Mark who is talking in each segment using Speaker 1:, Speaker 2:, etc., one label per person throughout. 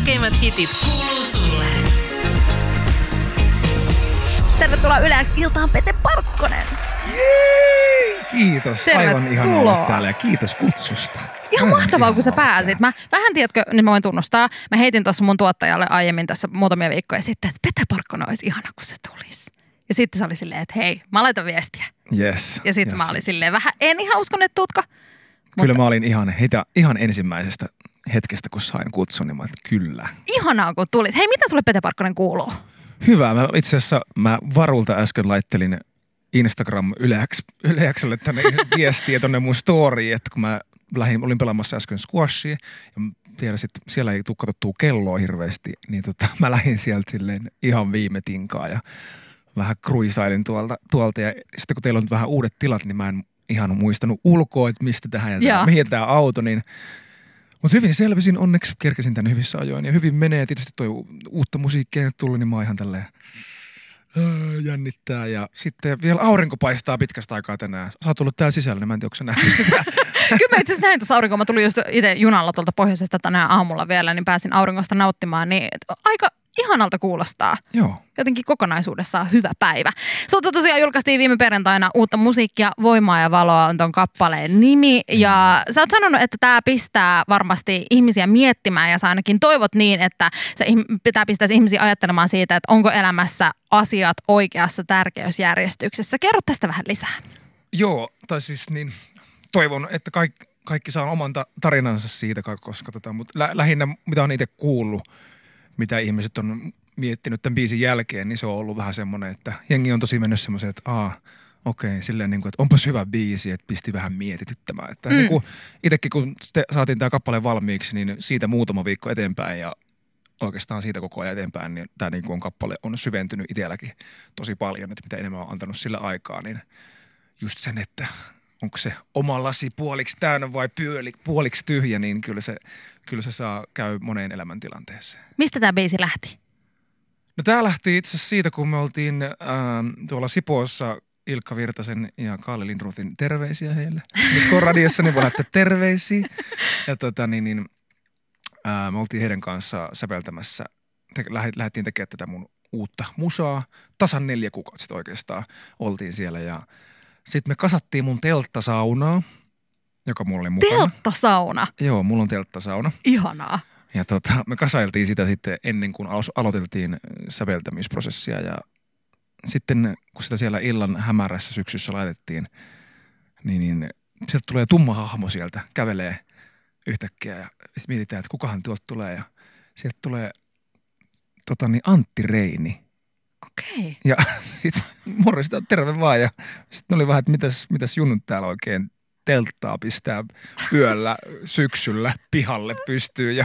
Speaker 1: Suurimmat hitit kuuluu sulle.
Speaker 2: Tervetuloa Yleäks iltaan Pete Parkkonen.
Speaker 3: Jee! Kiitos.
Speaker 4: Tervetuloa.
Speaker 3: Aivan ihana olla täällä ja kiitos kutsusta.
Speaker 4: Ihan
Speaker 3: Aivan
Speaker 4: mahtavaa,
Speaker 3: ihana
Speaker 4: kun sä
Speaker 3: olla täällä.
Speaker 4: pääsit. Mä vähän tiedätkö, niin mä voin tunnustaa. Mä heitin tuossa mun tuottajalle aiemmin tässä muutamia viikkoja sitten, että Petä Porkkonen olisi ihana, kun se tulisi. Ja sitten se oli silleen, että hei, mä laitan viestiä.
Speaker 3: Yes.
Speaker 4: Ja sitten
Speaker 3: yes.
Speaker 4: yes. mä olin silleen vähän, en ihan uskonut, että tuutka.
Speaker 3: Kyllä mä olin ihan, hita, ihan ensimmäisestä hetkestä, kun sain kutsun, niin mä olin, että kyllä.
Speaker 4: Ihanaa, kun tulit. Hei, mitä sulle Petä Parkkonen kuuluu?
Speaker 3: Hyvä. Mä itse asiassa mä varulta äsken laittelin Instagram yleäks, yleäkselle tänne viestiä tonne mun storyin, että kun mä lähdin, olin pelaamassa äsken squashia ja siellä, sit, siellä ei tule katsottua kelloa hirveästi, niin tota, mä lähdin sieltä silleen ihan viime tinkaa ja vähän kruisailin tuolta, tuolta ja sitten kun teillä on nyt vähän uudet tilat, niin mä en ihan muistanut ulkoa, että mistä tähän ja
Speaker 4: Joo.
Speaker 3: tää, mihin tämä auto, niin mutta hyvin selvisin, onneksi kerkesin tänne hyvissä ajoin ja hyvin menee. Tietysti toi u- uutta musiikkia ei nyt tullut, niin mä oon ihan tälleen äh, jännittää. Ja sitten vielä aurinko paistaa pitkästä aikaa tänään. Sä oot tullut täällä sisällä, niin mä en tiedä, onko sä nähnyt sitä.
Speaker 4: Kyllä mä itse asiassa näin tuossa aurinkoa. Mä tulin just itse junalla tuolta pohjoisesta tänään aamulla vielä, niin pääsin auringosta nauttimaan. Niin aika ihanalta kuulostaa.
Speaker 3: Joo.
Speaker 4: jotenkin kokonaisuudessaan hyvä päivä. Sulta tosiaan julkaistiin viime perjantaina uutta musiikkia, Voimaa ja valoa on ton kappaleen nimi. Ja sä oot sanonut, että tämä pistää varmasti ihmisiä miettimään ja sä ainakin toivot niin, että se pitää pistää ihmisiä ajattelemaan siitä, että onko elämässä asiat oikeassa tärkeysjärjestyksessä. Kerro tästä vähän lisää.
Speaker 3: Joo, tai siis niin toivon, että kaikki, kaikki saa oman ta- tarinansa siitä, ka- koska tota, mutta lä- lähinnä mitä on itse kuullut, mitä ihmiset on miettinyt tämän biisin jälkeen, niin se on ollut vähän semmoinen, että jengi on tosi mennyt semmoiseen, että aa, okei, silleen niin kuin, että onpas hyvä biisi, että pisti vähän mietityttämään. Että mm. niin kuin, itsekin kun te, saatiin tämä kappale valmiiksi, niin siitä muutama viikko eteenpäin ja oikeastaan siitä koko ajan eteenpäin, niin tämä niin kuin on kappale on syventynyt itselläkin tosi paljon, että mitä enemmän on antanut sillä aikaa, niin just sen, että onko se oma lasi puoliksi täynnä vai pyöli, puoliksi tyhjä, niin kyllä se, kyllä se saa käy moneen elämäntilanteeseen.
Speaker 4: Mistä tämä biisi lähti?
Speaker 3: No tämä lähti itse asiassa siitä, kun me oltiin ähm, tuolla Sipoossa Ilkka Virtasen ja Kalle Lindruutin terveisiä heille. Nyt kun on radiossa, niin voi laittaa terveisiä. Ja tota, niin, niin, äh, me oltiin heidän kanssa säveltämässä, te, lähe- lähdettiin tekemään tätä mun uutta musaa. Tasan neljä kuukautta sitten oikeastaan oltiin siellä ja sitten me kasattiin mun telttasaunaa, joka mulla oli mukana.
Speaker 4: Telttasauna.
Speaker 3: Joo, mulla on telttasauna.
Speaker 4: Ihanaa.
Speaker 3: Ja tota, me kasailtiin sitä sitten ennen kuin alos- aloiteltiin säveltämisprosessia ja sitten kun sitä siellä illan hämärässä syksyssä laitettiin, niin, niin sieltä tulee tumma hahmo sieltä, kävelee yhtäkkiä ja sit mietitään, että kukahan tuolta tulee ja sieltä tulee tota niin, Antti Reini.
Speaker 4: Okei. Okay.
Speaker 3: Ja sitten morjesta, terve vaan. Ja sitten oli vähän, että mitäs, mitäs junnut täällä oikein telttaa pistää yöllä, syksyllä pihalle pystyy ja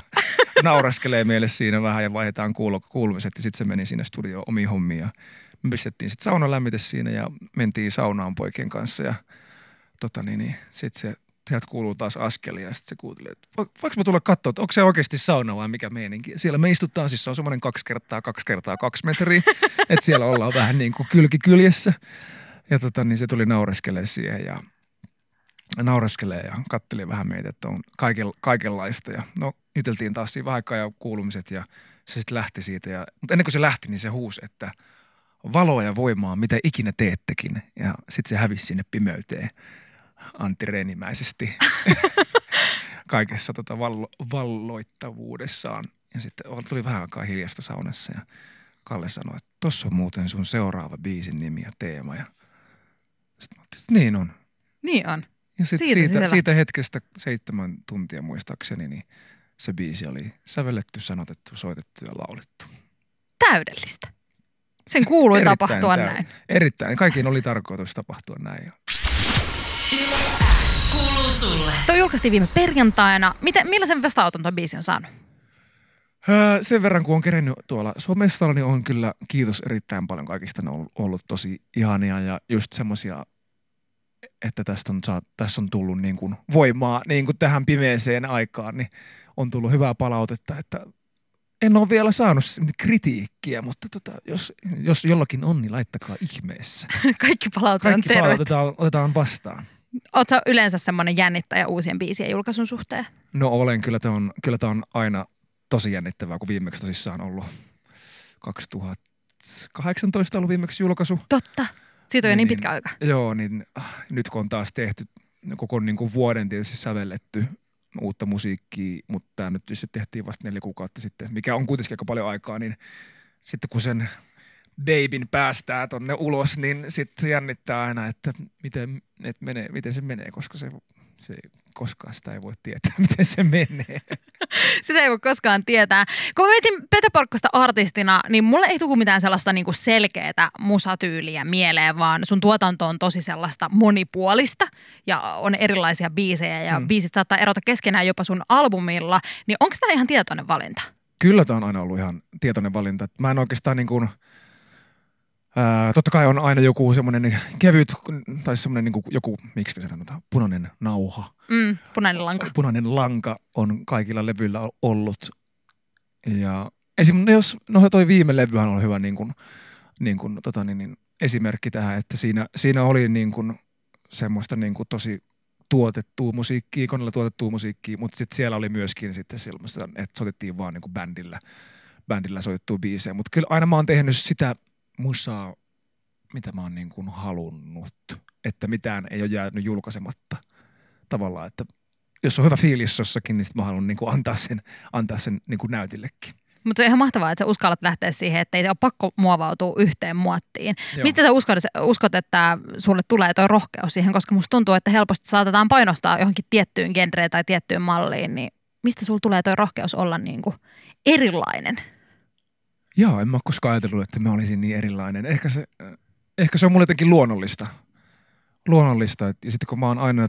Speaker 3: nauraskelee meille siinä vähän ja vaihdetaan kuulo, kuulumiset. Ja sitten se meni sinne studioon omiin hommiin ja me pistettiin sitten saunalämmite siinä ja mentiin saunaan poikien kanssa ja tota niin, niin sitten se sieltä kuuluu taas askelia ja sitten se kuuntelee, että vo- voinko mä tulla katsoa, että onko se oikeasti sauna vai mikä meininki. Ja Siellä me istutaan, siis se on semmoinen kaksi kertaa kaksi kertaa kaksi metriä, että siellä ollaan vähän niin kuin kylki kyljessä. Ja tota, niin se tuli naureskelee siihen ja naureskelee ja katteli vähän meitä, että on kaiken, kaikenlaista. Ja no, juteltiin taas siinä vähän aikaa ja kuulumiset ja se sitten lähti siitä. Ja, mutta ennen kuin se lähti, niin se huusi, että valoa ja voimaa, mitä ikinä teettekin. Ja sitten se hävisi sinne pimeyteen antireenimäisesti kaikessa tota vallo, valloittavuudessaan. Ja sitten ol- tuli vähän aikaa hiljasta saunassa ja Kalle sanoi, että tossa on muuten sun seuraava biisin nimi ja teema. Ja sitten mä ajattelin, että niin on.
Speaker 4: Niin on.
Speaker 3: Ja sit
Speaker 4: Siitä
Speaker 3: siitä,
Speaker 4: se
Speaker 3: siitä,
Speaker 4: lähti.
Speaker 3: siitä hetkestä seitsemän tuntia muistaakseni, niin se biisi oli sävelletty, sanotettu, soitettu ja laulettu.
Speaker 4: Täydellistä. Sen kuului
Speaker 3: Erittäin
Speaker 4: tapahtua
Speaker 3: täy-
Speaker 4: näin.
Speaker 3: Erittäin. Kaikkiin oli tarkoitus tapahtua näin. Ja
Speaker 1: X kuuluu sulle.
Speaker 4: Tuo julkaistiin viime perjantaina. Miten, millaisen vastaanoton tuo biisi on saanut?
Speaker 3: Öö, sen verran, kun on kerennyt tuolla somessa, niin on kyllä kiitos erittäin paljon kaikista. Ne on ollut- ollut tosi ihania ja just semmosia, että tästä on, saa- tässä on tullut niin kuin voimaa niin kuin tähän pimeeseen aikaan, niin on tullut hyvää palautetta, että en ole vielä saanut s- kritiikkiä, mutta tota, jos, jos jollakin on, niin laittakaa ihmeessä.
Speaker 4: Kaikki palaute on
Speaker 3: Kaikki
Speaker 4: tervettä.
Speaker 3: palautetaan otetaan vastaan.
Speaker 4: Oletko yleensä semmoinen jännittäjä uusien biisien julkaisun suhteen?
Speaker 3: No olen, kyllä tämä on, kyllä tää on aina tosi jännittävää, kun viimeksi tosissaan ollut 2018 ollut viimeksi julkaisu.
Speaker 4: Totta. Siitä on jo niin
Speaker 3: Niin.
Speaker 4: pitkä aika.
Speaker 3: Joo, niin ah, nyt kun on taas tehty koko niin kuin vuoden tietysti sävelletty uutta musiikkia, mutta tämä nyt tietysti tehtiin vasta neljä kuukautta sitten, mikä on kuitenkin aika paljon aikaa, niin sitten kun sen babyn päästää tonne ulos, niin sitten jännittää aina, että miten, et menee, miten se menee, koska se, se koskaan sitä ei voi tietää, miten se menee.
Speaker 4: Sitä ei voi koskaan tietää. Kun mä mietin Pete Porkkosta artistina, niin mulle ei tule mitään sellaista niinku selkeää musatyyliä mieleen, vaan sun tuotanto on tosi sellaista monipuolista ja on erilaisia biisejä ja mm.
Speaker 3: Mm.
Speaker 4: biisit saattaa erota keskenään jopa sun albumilla. Niin onko tämä ihan tietoinen valinta?
Speaker 3: Kyllä tämä on aina ollut ihan tietoinen valinta. Mä en oikeastaan niin kuin, ää, totta kai on aina joku semmoinen kevyt, tai semmoinen niin kuin joku, miksi se sanotaan, punainen nauha.
Speaker 4: Mm, punainen lanka.
Speaker 3: Punainen lanka on kaikilla levyillä o- ollut. Ja esim, no jos, no toi viime levyhän on hyvä niin kuin, niin kuin, tota niin, niin, esimerkki tähän, että siinä, siinä oli niin kuin, semmoista niin kuin tosi tuotettua musiikkia, koneella tuotettua musiikkia, mutta sitten siellä oli myöskin sitten semmoista, että soitettiin vaan niin kuin bändillä, bändillä soitettua biisejä. Mutta kyllä aina mä oon tehnyt sitä musaa, mitä mä oon niin kuin halunnut, että mitään ei ole jäänyt julkaisematta tavallaan, että jos on hyvä fiilis jossakin, niin sitten mä haluan niin kuin antaa sen, antaa sen niin kuin näytillekin.
Speaker 4: Mutta se on ihan mahtavaa, että sä uskallat lähteä siihen, että ei ole pakko muovautua yhteen muottiin. Joo.
Speaker 3: Joo.
Speaker 4: Mistä sä uskot, uskot, että sulle tulee tuo rohkeus siihen, koska musta tuntuu, että helposti saatetaan painostaa johonkin tiettyyn genreen tai tiettyyn malliin, niin mistä sulla tulee tuo rohkeus olla niin kuin erilainen?
Speaker 3: Joo, en mä ole koskaan ajatellut, että mä olisin niin erilainen. Ehkä se, ehkä se on mulle jotenkin luonnollista. Luonnollista. et- Ja sitten kun mä oon aina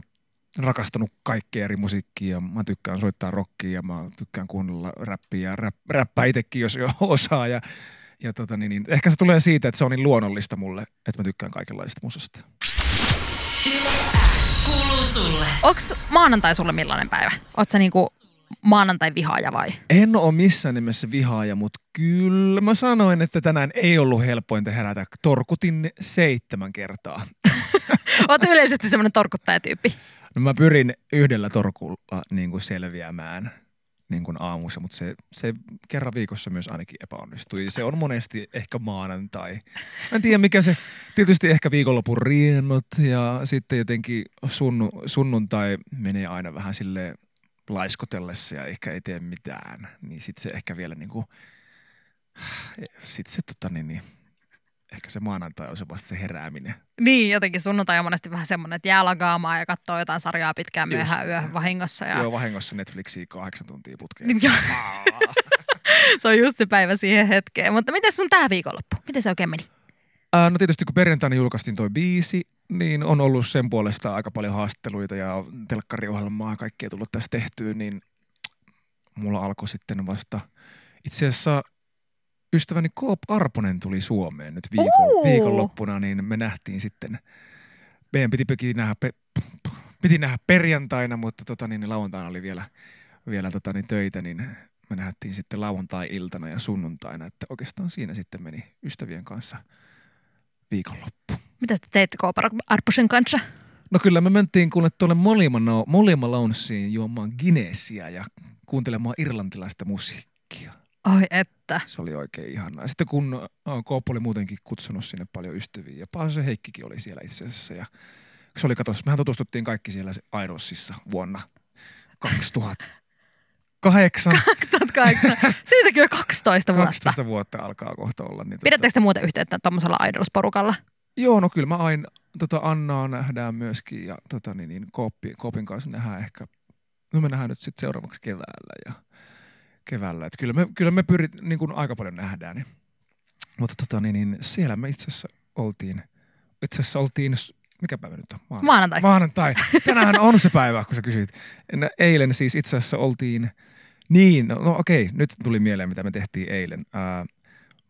Speaker 3: rakastanut kaikkea eri musiikkia, ja mä tykkään soittaa rockia ja mä tykkään kuunnella räppiä ja rap, räppää itsekin, jos jo osaa. Ja, ja tota niin, niin, ehkä se tulee siitä, että se on niin luonnollista mulle, että mä tykkään kaikenlaisesta musasta.
Speaker 1: S kuuluu sulle.
Speaker 4: Onks maanantai sulle millainen päivä? Oot sä niin kuin maanantai vihaaja vai?
Speaker 3: En ole missään nimessä vihaaja, mutta kyllä mä sanoin, että tänään ei ollut helpointa herätä. Torkutin seitsemän kertaa.
Speaker 4: Oot sä yleisesti semmoinen torkuttajatyyppi.
Speaker 3: No mä pyrin yhdellä torkulla niin kuin selviämään niin kuin aamussa, mutta se, se kerran viikossa myös ainakin epäonnistui. Ja Se on monesti ehkä maanantai. Mä en tiedä mikä se, tietysti ehkä viikonlopun riennot ja sitten jotenkin sunnu, sunnuntai menee aina vähän sille laiskotellessa ja ehkä ei tee mitään. Niin sitten se ehkä vielä niin kuin, sit se tota niin, niin, ehkä se maanantai on se vasta se herääminen.
Speaker 4: Niin, jotenkin sunnuntai on monesti vähän semmoinen, että jää lagaamaan ja katsoo jotain sarjaa pitkään
Speaker 3: Just.
Speaker 4: myöhään yöhön vahingossa. Ja...
Speaker 3: Joo, vahingossa Netflixiä kahdeksan tuntia putkeen.
Speaker 4: Niin, joo. se on just se päivä siihen hetkeen. Mutta miten sun tää viikonloppu? Miten se oikein meni?
Speaker 3: Ää, No tietysti kun perjantaina julkaistiin toi biisi, niin on ollut sen puolesta aika paljon haasteluita ja telkkariohjelmaa ja kaikkea tullut tässä tehtyä, niin mulla alkoi sitten vasta itse asiassa ystäväni Koop Arponen tuli Suomeen nyt viikon,
Speaker 4: Uu!
Speaker 3: viikonloppuna, niin me nähtiin sitten, meidän piti, piti, nähdä, pe, piti nähdä perjantaina, mutta tota, niin, lauantaina oli vielä, vielä tota, niin, töitä, niin me nähtiin sitten lauantai-iltana ja sunnuntaina, että oikeastaan siinä sitten meni ystävien kanssa viikonloppu.
Speaker 4: Mitä te teitte Koopara Arppusen kanssa?
Speaker 3: No kyllä me mentiin kuule tuolle Molima- Molima Loungeen juomaan Guinnessia ja kuuntelemaan irlantilaista musiikkia.
Speaker 4: Ai että.
Speaker 3: Se oli oikein ihanaa. Sitten kun äh, Kooppo oli muutenkin kutsunut sinne paljon ystäviä ja Paase Heikkikin oli siellä itse asiassa. Ja se oli katos, mehän tutustuttiin kaikki siellä se- Airosissa vuonna 2008.
Speaker 4: 2008. Siitäkin jo 12 vuotta.
Speaker 3: 12 vuotta alkaa kohta olla. Niin
Speaker 4: Pidättekö te muuten yhteyttä tuommoisella idolsporukalla?
Speaker 3: Joo, no kyllä mä aina tota Annaa nähdään myöskin ja tota, niin, niin, Kooppi, Koopin kanssa nähdään ehkä, no me nähdään nyt sitten seuraavaksi keväällä ja keväällä. Et kyllä me, kyllä me pyrit, niin kuin aika paljon nähdään. Niin. Mutta tota, niin, niin, siellä me itse asiassa oltiin, itse asiassa oltiin, s- mikä päivä nyt on?
Speaker 4: Maanantai.
Speaker 3: Maanantai. Maanantai. Tänään on se päivä, kun sä kysyit. No, Eilen siis itse asiassa oltiin, niin, no, no okei, nyt tuli mieleen, mitä me tehtiin eilen. Ää,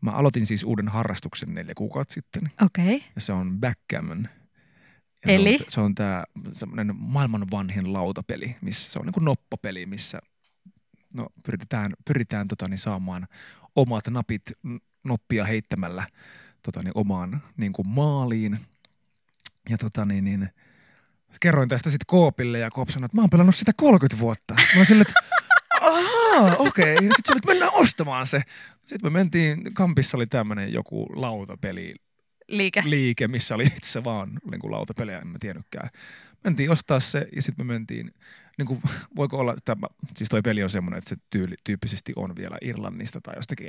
Speaker 3: mä aloitin siis uuden harrastuksen neljä kuukautta sitten
Speaker 4: Okei. Okay.
Speaker 3: ja se on backgammon.
Speaker 4: Eli?
Speaker 3: Se on, se on tämä semmoinen maailman vanhin lautapeli, missä se on niin kuin noppapeli, missä no, pyritään, pyritään tota, niin, saamaan omat napit n- noppia heittämällä tota, niin, omaan niin kuin maaliin. Ja tota, niin, niin, kerroin tästä sitten Koopille ja Koop sanoi, että mä oon pelannut sitä 30 vuotta. Mä oon silleen, että Aa, okei. No Okay. Sitten sä olit, mennään ostamaan se. Sitten me mentiin, Kampissa oli tämmöinen joku lautapeli
Speaker 4: Liike.
Speaker 3: liike, missä oli itse asiassa vaan niin kuin lautapelejä, en mä tiennytkään. Mentiin ostaa se ja sitten me mentiin, niin kuin, voiko olla, tämä, siis toi peli on semmoinen, että se tyyli, tyyppisesti on vielä Irlannista tai jostakin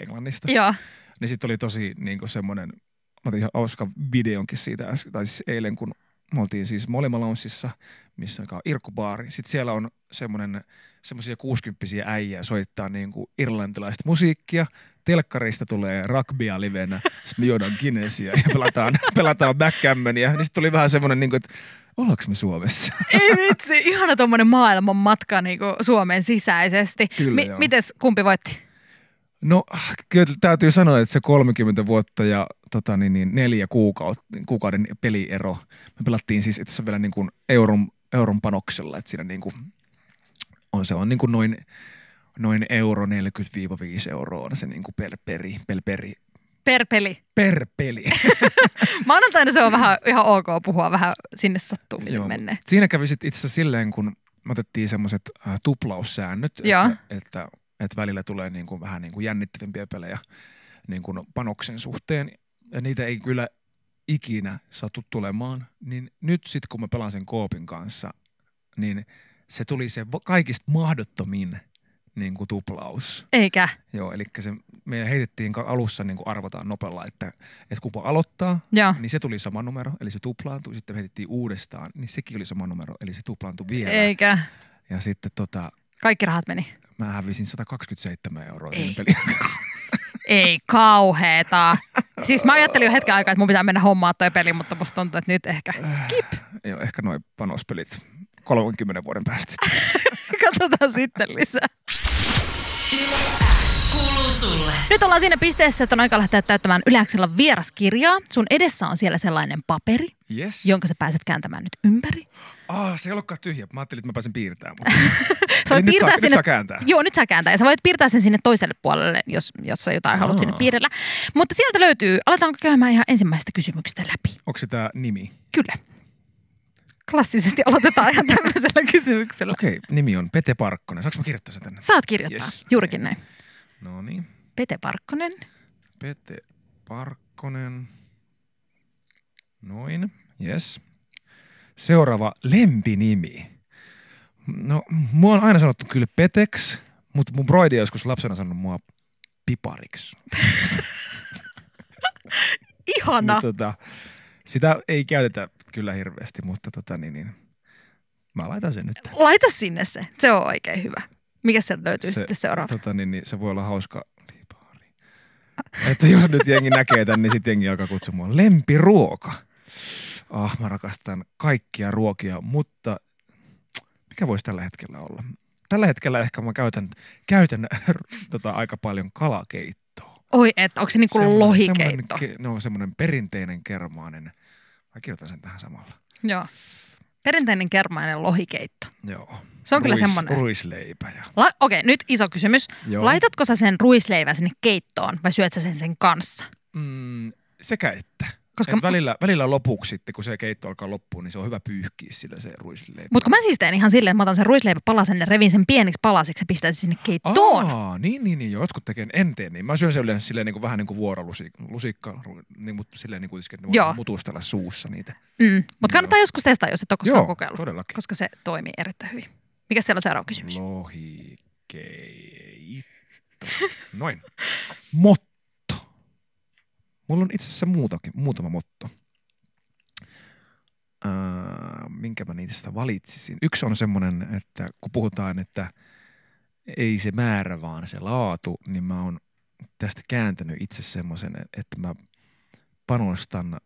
Speaker 3: Englannista.
Speaker 4: Joo.
Speaker 3: Niin sitten oli tosi niin kuin semmoinen, mä otin ihan hauska videonkin siitä, äs- tai siis eilen kun me oltiin siis Molima Loungeissa, missä on Irkkubaari. Sitten siellä on semmoinen, semmoisia 60 äijää soittaa niin kuin irlantilaista musiikkia. Telkkarista tulee rugbya livenä, sitten me juodaan Guinnessia ja pelataan, pelataan backgammonia. Niin sitten tuli vähän semmoinen, niin kuin, että ollaanko me Suomessa?
Speaker 4: Ei vitsi, ihana tuommoinen maailman matka niin Suomen sisäisesti.
Speaker 3: Kyllä, joo.
Speaker 4: mites kumpi voitti?
Speaker 3: No kyllä täytyy sanoa, että se 30 vuotta ja tota, niin, niin, neljä kuukautta, kuukauden peliero. Me pelattiin siis itse asiassa vielä niin kuin euron, euron panoksella, että siinä niin kuin, on, se on niin kuin noin, noin euro 40-5 euroa on se niin kuin per, peri, per, peri,
Speaker 4: Per peli.
Speaker 3: per peli.
Speaker 4: Maanantaina se on vähän ihan ok puhua vähän sinne sattuu,
Speaker 3: Joo,
Speaker 4: miten menee.
Speaker 3: mut Siinä kävi sit itse asiassa silleen, kun me otettiin semmoiset äh, tuplaussäännöt,
Speaker 4: Joo.
Speaker 3: että, että, että, välillä tulee niin kuin, vähän niin kuin jännittävimpiä pelejä niin kuin panoksen suhteen. Ja niitä ei kyllä ikinä satu tulemaan. Niin nyt sitten kun mä pelaan sen Koopin kanssa, niin se tuli se va- kaikista mahdottomin niin kuin tuplaus.
Speaker 4: Eikä.
Speaker 3: Joo, eli se, me heitettiin ka- alussa niin kuin arvotaan nopealla, että, että kuka aloittaa,
Speaker 4: Joo.
Speaker 3: niin se tuli sama numero, eli se tuplaantui. Sitten me heitettiin uudestaan, niin sekin oli sama numero, eli se tuplaantui vielä.
Speaker 4: Eikä.
Speaker 3: Ja sitten tota,
Speaker 4: Kaikki rahat meni.
Speaker 3: mä hävisin 127 euroa
Speaker 4: Ei.
Speaker 3: tämän pelin.
Speaker 4: Ei kauheeta. Siis mä ajattelin jo hetken aikaa, että mun pitää mennä hommaa toi peli, mutta musta tuntuu, että nyt ehkä skip.
Speaker 3: Joo, ehkä noin panospelit 30 vuoden päästä sitten.
Speaker 4: Katsotaan sitten lisää.
Speaker 1: Kuuluu sulle.
Speaker 4: Nyt ollaan siinä pisteessä, että on aika lähteä täyttämään Yläksellä vieraskirjaa. Sun edessä on siellä sellainen paperi,
Speaker 3: Yes.
Speaker 4: jonka sä pääset kääntämään nyt ympäri.
Speaker 3: Ah, se ei ollutkaan tyhjä. Mä ajattelin, että mä pääsen piirtämään. Mutta...
Speaker 4: Sä voit
Speaker 3: nyt
Speaker 4: piirtää
Speaker 3: saa- nyt
Speaker 4: sinne,
Speaker 3: saa kääntää.
Speaker 4: Joo, nyt saa kääntää. Ja sä voit piirtää sen sinne toiselle puolelle, jos, jos sä jotain haluat sinne
Speaker 3: Aa.
Speaker 4: piirrellä. Mutta sieltä löytyy, aletaanko käymään ihan ensimmäistä kysymyksestä läpi?
Speaker 3: Onko se tää nimi?
Speaker 4: Kyllä. Klassisesti aloitetaan ihan tämmöisellä kysymyksellä.
Speaker 3: Okei, okay, nimi on Pete Parkkonen. Saanko mä kirjoittaa sen tänne?
Speaker 4: Saat kirjoittaa,
Speaker 3: Yes.
Speaker 4: juurikin näin.
Speaker 3: No niin.
Speaker 4: Pete Parkkonen.
Speaker 3: Pete Parkkonen. Noin, yes. Seuraava lempinimi. No, mua on aina sanottu kyllä Peteks, mutta mun broidi on joskus lapsena sanonut mua Pipariksi.
Speaker 4: Ihana.
Speaker 3: Niin, tota, sitä ei käytetä kyllä hirveästi, mutta tota, niin, niin, mä laitan sen nyt.
Speaker 4: Laita sinne se. Se on oikein hyvä. Mikä sieltä löytyy se, sitten seuraava?
Speaker 3: Tota, niin, niin, se voi olla hauska. Pipari. Että jos nyt jengi näkee tämän, niin sitten jengi alkaa kutsua mua lempiruoka. Ah, mä rakastan kaikkia ruokia, mutta mikä voisi tällä hetkellä olla? Tällä hetkellä ehkä mä käytän, käytän tota, aika paljon kalakeittoa.
Speaker 4: Oi et, onko se niinku
Speaker 3: Semmoinen-
Speaker 4: lohikeitto?
Speaker 3: semmoinen ke- No semmoinen perinteinen kermainen. Mä kirjoitan sen tähän samalla.
Speaker 4: Joo. Perinteinen kermainen lohikeitto.
Speaker 3: Joo.
Speaker 4: Se on kyllä semmoinen.
Speaker 3: Ruisleipä ja...
Speaker 4: La- Okei, nyt iso kysymys.
Speaker 3: Joo.
Speaker 4: Laitatko sä sen ruisleivän sinne keittoon vai syöt sä sen sen kanssa?
Speaker 3: Mm, sekä että.
Speaker 4: Koska-
Speaker 3: Koska Et välillä, välillä lopuksi sitten, kun se keitto alkaa loppuun, niin se on hyvä pyyhkiä sillä se ruisleipä.
Speaker 4: Mutta kun mä siis teen ihan silleen, että mä otan sen ruisleipäpalasen ja revin sen pieniksi palasiksi ja pistän sen sinne keittoon.
Speaker 3: Aa, niin, niin, niin, joo, jotkut tekee, en tee niin. Mä syön sen yleensä silleen niin kuin, vähän niin kuin vuorolusikka, niin, mutta silleen niin kuin että ne voi
Speaker 4: Joo.
Speaker 3: mutustella suussa niitä.
Speaker 4: Mm. Mutta kannattaa joskus testata, jos et ole koskaan
Speaker 3: Joo,
Speaker 4: kokeillut.
Speaker 3: todellakin.
Speaker 4: Koska se toimii erittäin hyvin. Mikä siellä on seuraava
Speaker 3: No.
Speaker 4: kysymys?
Speaker 3: Lohikeitto. Noin. Motto. Mulla on itse asiassa muutakin, muutama motto. Öö, minkä mä niistä valitsisin? Yksi on semmoinen, että kun puhutaan, että ei se määrä, vaan se laatu, niin mä oon tästä kääntänyt itse semmoisen, että mä panostan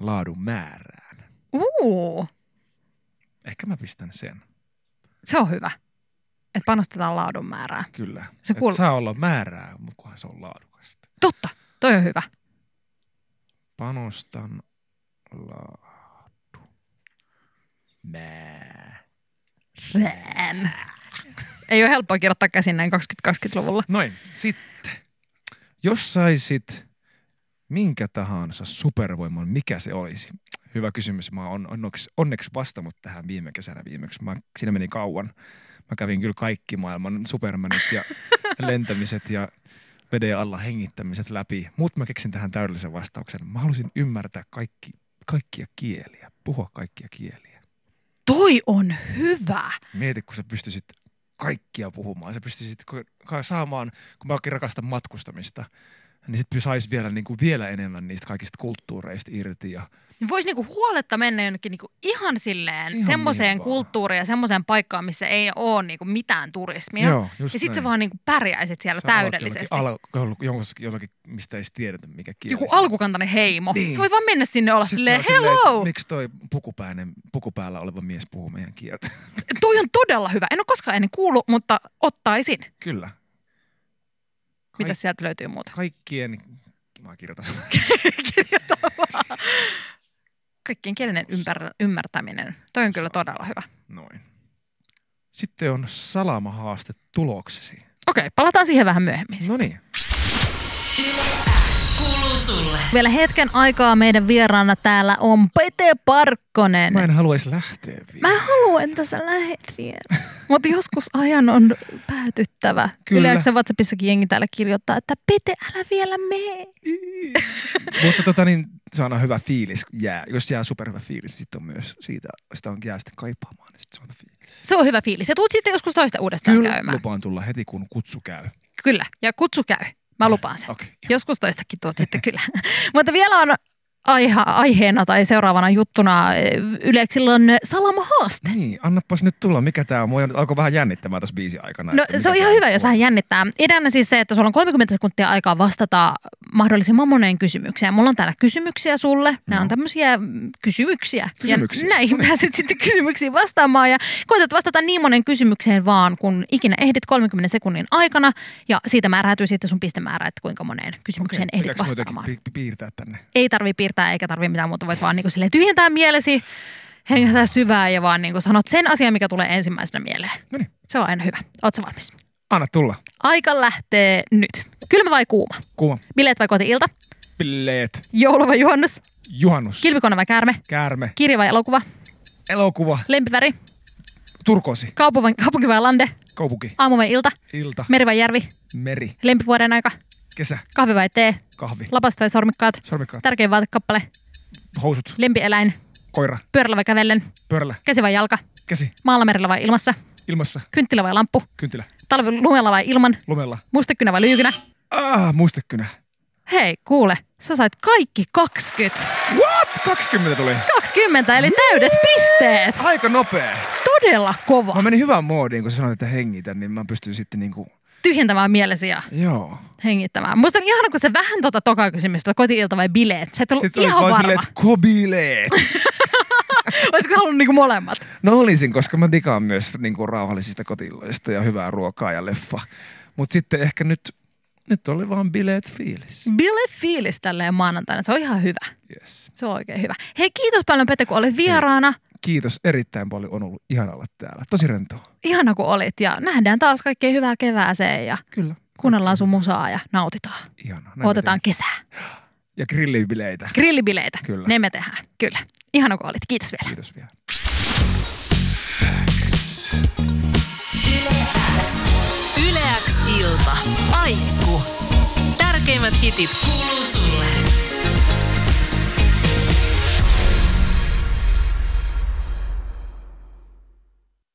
Speaker 3: laadun määrään.
Speaker 4: Uu,
Speaker 3: Ehkä mä pistän sen,
Speaker 4: se on hyvä. Että panostetaan laadun määrää.
Speaker 3: kyllä.
Speaker 4: Se
Speaker 3: Et
Speaker 4: kuul-
Speaker 3: saa olla määrää, mutta kunhan se on laadukasta.
Speaker 4: Totta, toi on hyvä.
Speaker 3: panostan laatu. Mää.
Speaker 4: Rään. Ei ole helppoa kirjoittaa käsin näin 2020-luvulla.
Speaker 3: Noin, sitten. Jos saisit minkä tahansa supervoiman, mikä se olisi? Hyvä kysymys. Mä oon onneksi, onneksi vastannut tähän viime kesänä viimeksi. Mä, siinä meni kauan. Mä kävin kyllä kaikki maailman supermanit ja lentämiset ja veden alla hengittämiset läpi. Mutta mä keksin tähän täydellisen vastauksen. Mä halusin ymmärtää kaikki, kaikkia kieliä, puhua kaikkia kieliä.
Speaker 4: Toi on hyvä.
Speaker 3: Mieti, kun sä pystyisit kaikkia puhumaan. Sä pystyisit ko- ka- saamaan, kun mä oikein rakastan matkustamista, niin sitten saisi vielä, niin kuin vielä enemmän niistä kaikista kulttuureista irti ja
Speaker 4: Niin Voisi niinku huoletta mennä jonnekin niinku ihan silleen
Speaker 3: Ihan
Speaker 4: semmoiseen
Speaker 3: mihin vaan.
Speaker 4: kulttuuriin ja semmoiseen paikkaan, missä ei ole niinku mitään turismia.
Speaker 3: Joo, just
Speaker 4: ja sitten sä
Speaker 3: näin.
Speaker 4: vaan niinku pärjäisit siellä
Speaker 3: Sä alat
Speaker 4: täydellisesti.
Speaker 3: Jollakin, al- jollakin, jollakin, jollakin, mistä ei edes tiedetä, mikä kieli
Speaker 4: Joku
Speaker 3: se on.
Speaker 4: alkukantainen heimo.
Speaker 3: Niin.
Speaker 4: Sä voit vaan mennä sinne olla
Speaker 3: Sitten
Speaker 4: silleen,
Speaker 3: ne on silleen,
Speaker 4: hello!
Speaker 3: että miksi toi pukupäinen, pukupäällä oleva mies puhuu meidän kieltä?
Speaker 4: Toi on todella hyvä. En ole koskaan ennen kuullut, mutta ottaisin.
Speaker 3: Kyllä.
Speaker 4: Mitä sieltä löytyy muuta?
Speaker 3: Kaikkien, mä kirjoitan sen.
Speaker 4: Kaikkien kielinen ympär- ymmärtäminen. Toi on kyllä todella hyvä.
Speaker 3: Noin. Sitten on salamahaaste tuloksesi.
Speaker 4: Okei, palataan siihen vähän myöhemmin.
Speaker 3: No niin.
Speaker 1: Kuuluu sulle.
Speaker 4: Vielä hetken aikaa meidän vieraana täällä on Pete Parkkonen.
Speaker 3: Mä en haluaisi lähteä vielä.
Speaker 4: Mä haluan, että sä lähet vielä. Mutta joskus ajan on päätyttävä.
Speaker 3: Kyllä.
Speaker 4: Yleensä WhatsAppissakin jengi täällä kirjoittaa, että Pete, älä vielä mene. Niin.
Speaker 3: Mutta tota niin, se on aina hyvä fiilis. Jää. Jos jää superhyvä fiilis, niin sitten on myös siitä, sitä on jää sitten kaipaamaan. Niin sit se on fiilis.
Speaker 4: Se on hyvä fiilis. Ja tuut sitten joskus toista uudestaan
Speaker 3: Kyllä,
Speaker 4: käymään.
Speaker 3: lupaan tulla heti, kun kutsu käy.
Speaker 4: Kyllä, ja kutsu käy. Mä lupaan sen.
Speaker 3: Okei.
Speaker 4: Joskus toistakin tuot sitten kyllä. Mutta vielä on aihe, aiheena tai seuraavana juttuna eh, Yleksillä on salamahaaste.
Speaker 3: Niin, annapas nyt tulla. Mikä tää on? Mua alkoi vähän jännittämään tuossa biisin aikana.
Speaker 4: No
Speaker 3: että
Speaker 4: se on
Speaker 3: mikä
Speaker 4: ihan
Speaker 3: tää
Speaker 4: hyvä, jos vähän jännittää. Ideana siis se, että sulla on 30 sekuntia aikaa vastata mahdollisimman moneen kysymykseen. Mulla on täällä kysymyksiä sulle. Nämä on
Speaker 3: No.
Speaker 4: tämmöisiä mm, kysymyksiä.
Speaker 3: Kysymyksiä,
Speaker 4: Ja näihin
Speaker 3: no niin.
Speaker 4: pääset sitten kysymyksiin vastaamaan. Ja koetat vastata niin monen kysymykseen vaan, kun ikinä ehdit 30 sekunnin aikana. Ja siitä määräytyy sitten sun pistemäärä, että kuinka moneen kysymykseen
Speaker 3: Okei,
Speaker 4: ehdit
Speaker 3: pitääkö muitakin
Speaker 4: vastaamaan.
Speaker 3: pi- pi- piirtää tänne.
Speaker 4: Ei tarvi piirtää eikä tarvi mitään muuta. Voit vaan niin kuin tyhjentää mielesi, hengähtää syvään ja vaan niin kuin sanot sen asian, mikä tulee ensimmäisenä mieleen.
Speaker 3: No niin,
Speaker 4: Se on aina hyvä. Ootko valmis?
Speaker 3: anna tulla.
Speaker 4: Aika lähtee nyt. Kylmä vai kuuma?
Speaker 3: Kuuma.
Speaker 4: Bileet vai kotiilta?
Speaker 3: Bileet.
Speaker 4: Joulu vai juhannus?
Speaker 3: Juhannus.
Speaker 4: Kilvikonna vai käärme?
Speaker 3: Käärme.
Speaker 4: Kirja vai elokuva?
Speaker 3: Elokuva.
Speaker 4: Lempiväri?
Speaker 3: Turkoosi.
Speaker 4: Kaupu vai, kaupunki vai lande?
Speaker 3: Kaupunki.
Speaker 4: Aamu vai ilta?
Speaker 3: Ilta.
Speaker 4: Meri vai järvi?
Speaker 3: Meri.
Speaker 4: Lempivuoden aika?
Speaker 3: Kesä.
Speaker 4: Kahvi vai tee?
Speaker 3: Kahvi.
Speaker 4: Lapast vai sormikkaat?
Speaker 3: Sormikkaat.
Speaker 4: Tärkein vaatekappale?
Speaker 3: Housut.
Speaker 4: Lempieläin?
Speaker 3: Koira.
Speaker 4: Pyörällä vai kävellen?
Speaker 3: Pöydällä.
Speaker 4: Käsi vai jalka?
Speaker 3: Käsi.
Speaker 4: Maalla merellä vai ilmassa?
Speaker 3: Ilmassa.
Speaker 4: Kynttilä vai lamppu?
Speaker 3: Kynttilä.
Speaker 4: Talvi lumella vai ilman?
Speaker 3: Lumella.
Speaker 4: Mustekynä vai lyykynä?
Speaker 3: Ah, muistekynä.
Speaker 4: Hei, kuule, sä sait kaikki 20.
Speaker 3: What? 20 tuli.
Speaker 4: 20, eli täydet pisteet.
Speaker 3: Aika nopea.
Speaker 4: Todella kova.
Speaker 3: Mä menin hyvään moodiin, kun sä sanoit, että hengitä, niin mä pystyn sitten niinku...
Speaker 4: tyhjentämään mielesi ja
Speaker 3: Joo.
Speaker 4: hengittämään. Musta on ihana, kun se vähän tota tokaa kysymystä, että koti-ilta vai bileet. Sä et ollut
Speaker 3: Sitten
Speaker 4: ihan varma.
Speaker 3: silleen, että kobileet.
Speaker 4: Olisiko sä halunnut niinku molemmat?
Speaker 3: No olisin, koska mä digaan myös niin kuin, rauhallisista kotiloista ja hyvää ruokaa ja leffa. Mutta sitten ehkä nyt, nyt oli vaan bileet fiilis.
Speaker 4: Bile fiilis tälleen maanantaina. Se on ihan hyvä.
Speaker 3: Yes.
Speaker 4: Se on oikein hyvä. Hei, kiitos paljon Pete, kun olit vieraana.
Speaker 3: Kiitos erittäin paljon, on ollut ihana olla täällä. Tosi rentoa.
Speaker 4: Ihana, kun olit. Ja nähdään taas kaikkea hyvää kevääseen ja
Speaker 3: Kyllä.
Speaker 4: kuunnellaan sun musaa ja nautitaan.
Speaker 3: Ihanaa. Näin me
Speaker 4: Otetaan kesää.
Speaker 3: tehdään. Ja grillibileitä.
Speaker 4: Grillibileitä.
Speaker 3: Kyllä.
Speaker 4: Ne me tehdään. Kyllä. Ihana, kun olit. Kiitos vielä.
Speaker 3: Kiitos vielä.
Speaker 1: Yleäks ilta. Aikku. Tärkeimmät hitit kuuluu sulle.